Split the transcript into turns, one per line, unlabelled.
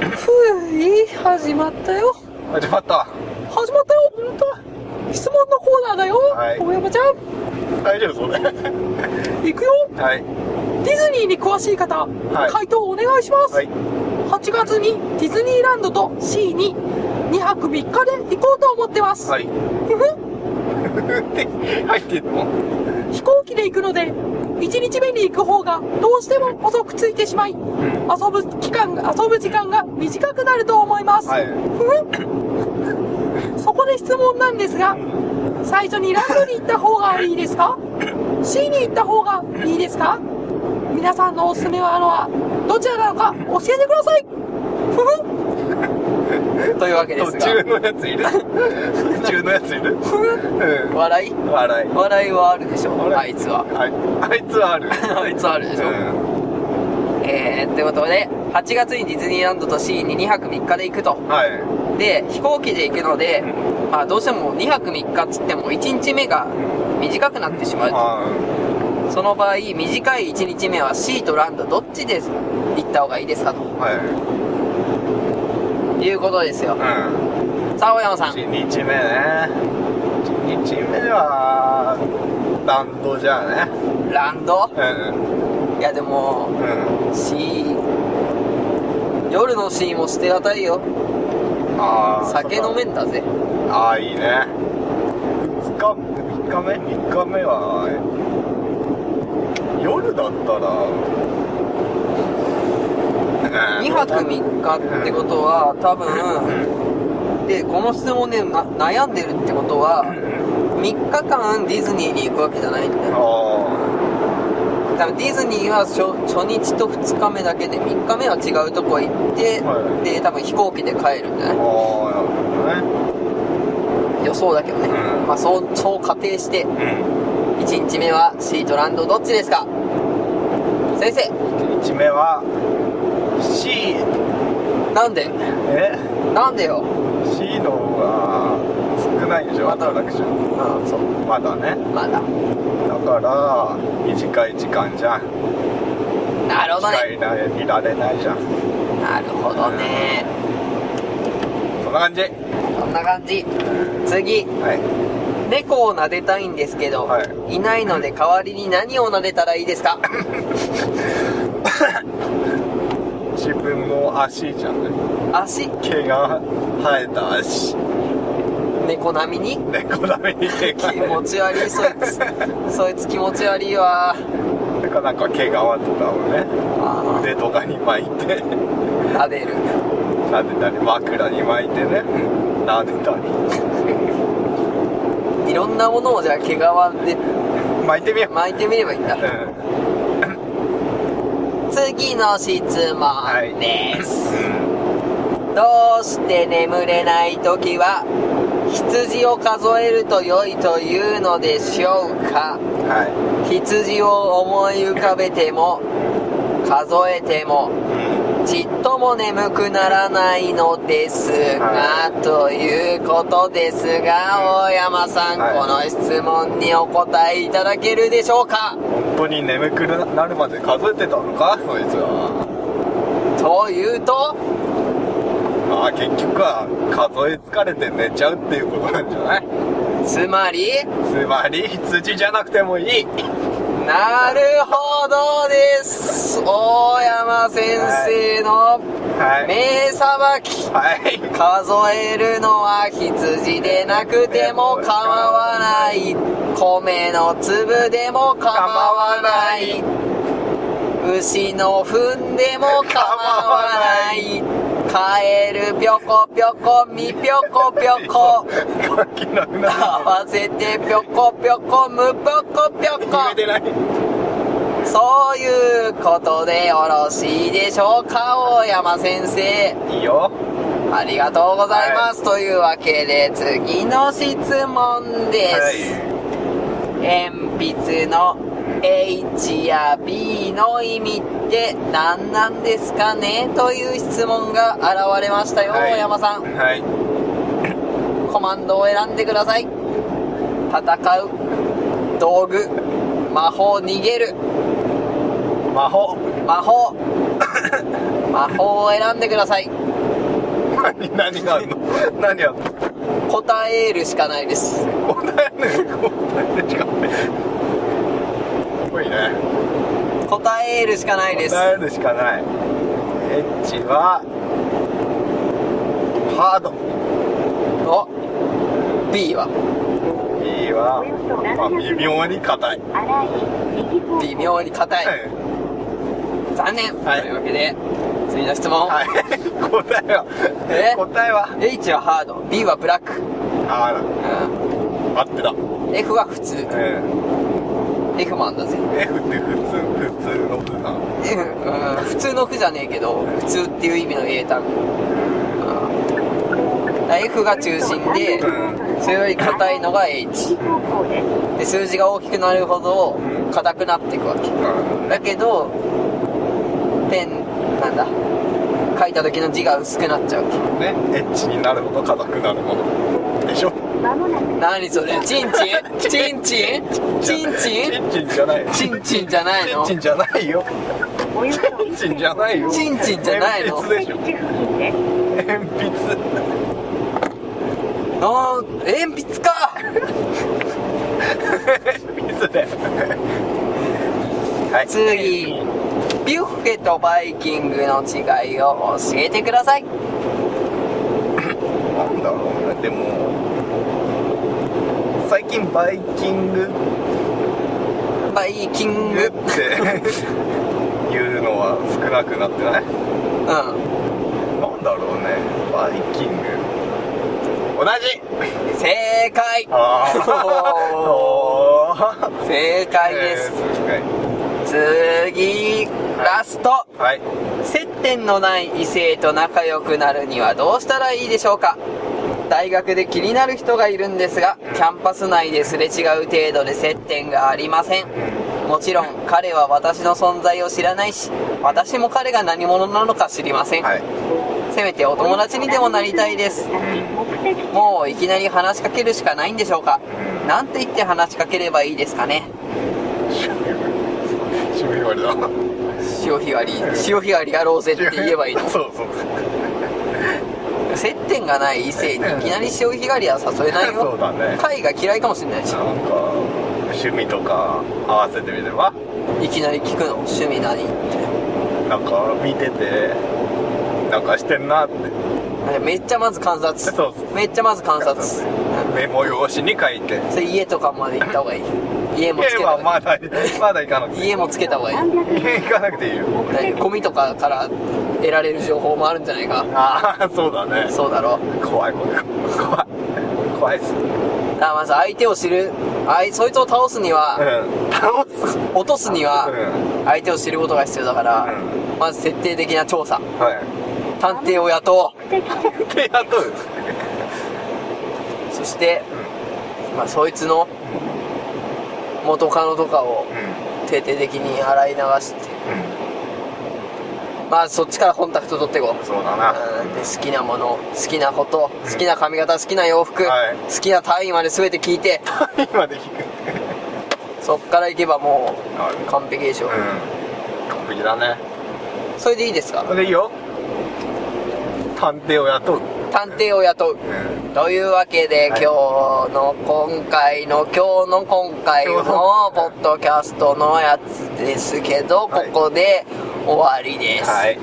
いい始まったよ
始まった
始まったよ本当質問のコーナーだよ、
はい
大山ちゃん
大丈夫それ
行くよ
はい
ディズニーに詳しい方、
い
回答お願いします、
はい
8月にディズニーランドと C に2泊3日で行こうと思ってます、
はい
ふふ
入ってんの
飛行機で行くので1日目に行く方がどうしても遅く着いてしまい遊
ん
ぶ期間遊ぶ時間が短くなると思います、
はい
ふ ふそこで質問なんですが最初にランドに行った方がいいですか C に行った方がいいですか皆さんのおすすめはあのはどちらなのか教えてくだ さいふふというわけで
途
す
中
が
のやついる途中のやついる
ふふ
う
笑い
ん笑い
笑いはあるでし
あれ
ょあいつは
ああいつはあ る
あいつはあるでしょ、
う
えー、ってことで8月にディズニーランドと C に2泊3日で行くと
んはい
で飛行機で行くので、
う
まあ、どうしても2泊3日っつっても1日目が短くなってしまうと
あ
その場合短い1日目は C とランドどっちで行った方がいいですかと
ーはい
いうことですよ
う
さあ大山さん
ん1日目ね1日目はランドじゃあね
ランド
うん
いやでも
うん
C 夜の C も捨てがたいよ
あー
酒飲め
そ
んだぜ
っかああいいね2日3日目3日目は夜だった
2泊
ら
3日ってことは多分でこの質問でな悩んでるってことは
うん
3日間ディズニーに行くわけじゃないんだよ
あ
多分ディズニーは初初日と2日目だけで3日目は違うとこ行って、
は
で多分飛行機で帰るんじゃ
あああなる
な
ほどね
い予想だけどね、
うん
まあそうそう仮定して
うん
1日目はシートランドどっちですか先生
1日目は C
なんで
え
なんでよ
C の方が少ないでしょア
また
トラクション
うんそう
まだね
まだ
だから短い時間じゃん
なるほど
短
ね
いらいられないじゃん
なるほどね
そんな感じ
こんな感じ次
はい
猫を撫でたいんですけど、、
はい
ないので代わりに何を撫でたらいいですか
自分の足じゃない
足
毛が生えた足
猫並みに
猫だめに毛が
気持ち悪いそいつそいつ気持ち悪いわ
てかなんか毛皮とかをね
あ
腕とかに巻い
ー
て
撫でる
なでたり枕に巻いてねなでたり
いろんなものをじゃあ毛皮で
巻いてみよう
巻いてみればいいんだ
うん
次の質
はい
問です、どうして眠れない時は羊を数えると良いというのでしょうか
うんは
羊を思い浮かべても数えても
い、うん
ちっとも眠くならないのですが、ということですが大山さん、
はい
この質問にお答えいただけるでしょうか
本当に眠くなるまで数えてたのかそいつは
というと
ああ結局は数え疲れて寝ちゃうっていうことなんじゃない
つまり
つまり羊じゃなくてもいい
なるほどです大山先生の
はい
名さばき
はい
数えるのは羊でなくても構わない米の粒でも構わない牛の糞でも構わないカエルぴょこぴょこみぴょこぴょこ
書きなくなる
合わせてぴょこぴょこむぴょこぴょ
言えて
こ
ない
そういうことでよろしいでしょうか大山先生
いいよ
ありがとうございます、というわけで次の質問です、鉛筆の H や B の意味って何なんですかねという質問が現れましたよ、
はい
大山さん
はい
コマンドを選んでください戦う道具魔法逃げる
魔法
魔法魔法を選んでください
何何があるの何やるの
答えるしかないです
答えね答えねしかないすごいね
答えるしかないです
答えるしかないエッチはハード
お B は
B は、まあ、微妙に硬い、
微妙に硬い、残念、
はい
というわけで次の質問、
はい答えは
え
答えは
H はハード B はブラック、
あ
う
あ合ってた
ん、F は普通
え
F マンだぜ
え F って普通普通の普段
F うん普通の「負じゃねえけど普通っていう意味の英単語、うん、だから F が中心で
う
それより硬いのが H で数字が大きくなるほど
うん
硬くなっていくわけだけどペンなんだ書いた時の字が薄くなっちゃうわけ
ねエッチになるほど硬くなるものでしょ
何それチンチンチンチンチンチ
チ
ン
ンチンじゃない
チンチンじゃないの
チンチンじゃないよチンチンじゃないよ
チンチンじゃないの
鉛筆でしょ鉛筆
あー鉛筆か
水で。はい。
次ビュッフェとバイキングの違いを教えてください
なんだろうね。でも。最近バイキング
バイキング
っていうのは少なくなってない
うん
なんだろうねバイキング同じ
正解
あー
お
あー
正解です、
えー正
次ラスト
解はい
接点のない異性と仲良くなるにはどうしたらいいでしょうか大学で気になる人がいるんですがキャンパス内ですれ違う程度で接点がありませんもちろん彼は私の存在を知らないし私も彼が何者なのか知りません、
はい
せめてお友達にでもなりたいですもういきなり話しかけるしかないんでしょうかなんて言って話しかければいいですかね
趣味割りだ
潮干狩り潮干狩りやろうぜって言えばいいの
そうそう
接点がない異性にいきなり潮干狩りは誘えない
そう
よ
だね
貝が嫌いかもしれないし
なんか趣味とか合わせてみれば
いきなり聞くの趣味何って
なんか見ててなんかしてんなって
めっちゃまず観察
そうそう
めっちゃまず 観察
観メモ用紙に書いて
それ家とかまで行った方がいい家もつけ
家
た
は
方が
まだまだ行かなく
いい
ていい
家もつけた方がいい
家行かなくていいよ
何ゴミとかから得られる情報もあるんじゃないか
ああそうだね
そうだろう
怖い怖い怖い怖いっす
だからまず相手を知るあいそいつを倒すに
う
は
ん倒す
落とすには相手を知ることが必要だから
う
まず徹底的な調査
はい
探偵を雇
で雇う
うそして、まあ、そいつの元カノとかを
うん
徹底的に洗い流してまあそっちからコンタクト取っていこう
そうだな
うんで好きなもの好きなこと好きな髪型好きな洋服、
はい
好きな単位まで全て聞いて
今で聞く
そっから行けばも
ある
う完璧でしょ、
うん完璧だね
それでいいですか
それでいいよ探偵を雇う
探偵を雇う
うん
というわけで、
は
今
い
日の今回の今日の今回の
今日の
ポッドキャストのやつですけど、
はい
ここで終わりです。
はい